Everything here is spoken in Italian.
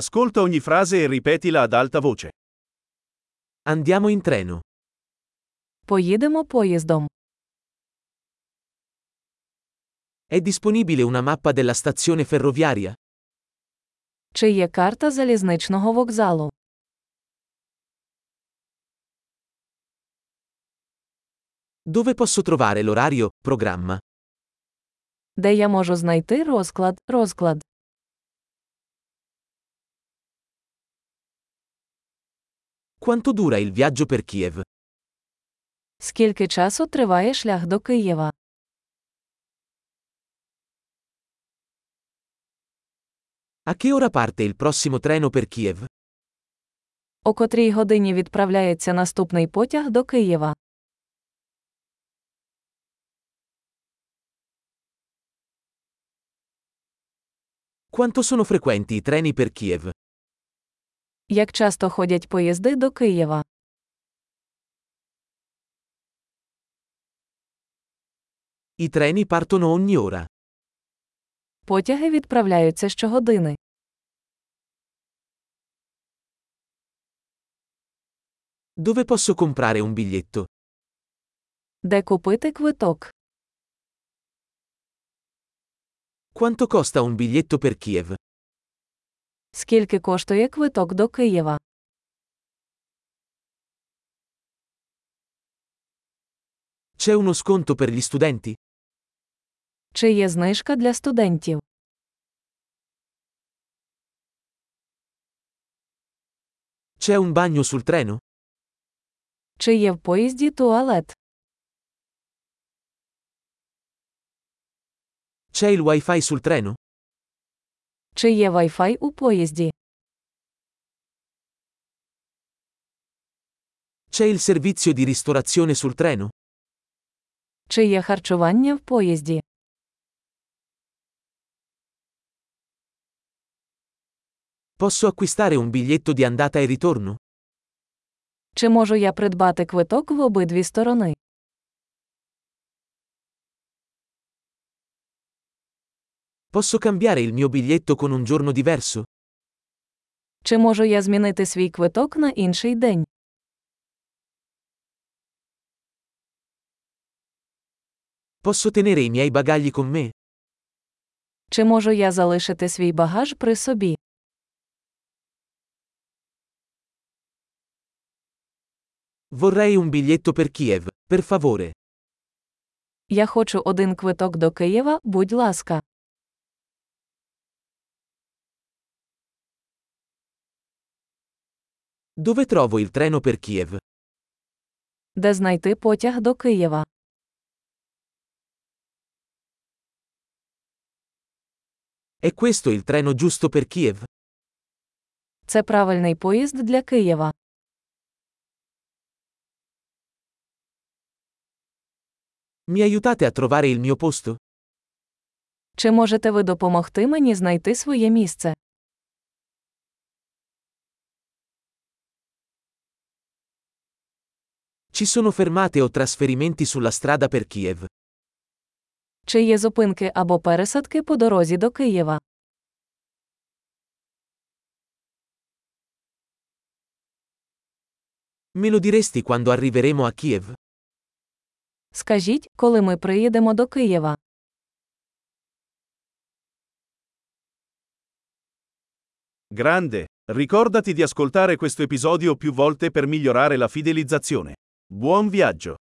Ascolta ogni frase e ripetila ad alta voce. Andiamo in treno. Поїдемо поїздом. È disponibile una mappa della stazione ferroviaria? Чи є карта залізничного вокзалу? Dove posso trovare l'orario, programma? Де я можу знайти розклад, розклад? Quanto dura il viaggio per Kiev? Скільки часу триває шлях до Києва? A che ora parte il prossimo treno per Kiev? О котрій годині відправляється наступний потяг до Києва? Quanto sono frequenti i treni per Kiev? Як часто ходять поїзди до Києва? I treni partono ogni ora. Потяги відправляються щогодини. Dove posso comprare un biglietto? Де купити квиток? Quanto costa un biglietto per Kiev? Скільки коштує квиток до Києва? C'è uno sconto per gli studenti? Чи є знижка для студентів? C'è un bagno sul treno? Чи є в поїзді туалет? C'è il wifi sul treno? Чи є Wi-Fi у поїзді? C'è il servizio di ristorazione sul treno? Чи є харчування в поїзді? Posso acquistare un biglietto di andata e ritorno? Чи можу я придбати квиток в обидві сторони? Posso cambiare il mio biglietto con un giorno diverso? Чи можу я змінити свій квиток на інший день? Posso tenere i miei bagagli con me? Чи можу я залишити свій багаж при собі? Vorrei un biglietto per Kiev, per favore. Я хочу один квиток до Києва, будь ласка. Dove trovo il treno per Kiev? Де знайти потяг до Києва? È questo il treno giusto per Kiev? Це правильний поїзд для Києва. Mi aiutate a trovare il mio posto? Чи можете ви допомогти мені знайти своє місце? Ci sono fermate o trasferimenti sulla strada per Kiev? Чи є зупинки або пересадки по дорозі до Києва? Me lo diresti quando arriveremo a Kiev? Скажіть, коли ми приїдемо до Києва? Grande. Ricordati di ascoltare questo episodio più volte per migliorare la fidelizzazione. Buon viaggio!